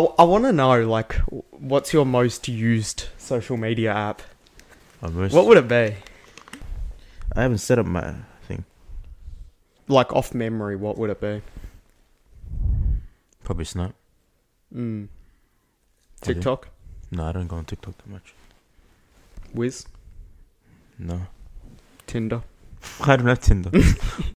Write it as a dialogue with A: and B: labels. A: I- I want to know, like, w- what's your most used social media app?
B: I most,
A: What would it be?
B: I haven't set up my thing.
A: Like, off memory, what would it be?
B: Probably Snap.
A: Mm.
B: Okay.
A: TikTok?
B: No, I don't go on TikTok that much.
A: Wiz?
B: No,
A: Tinder?
B: I don't have Tinder.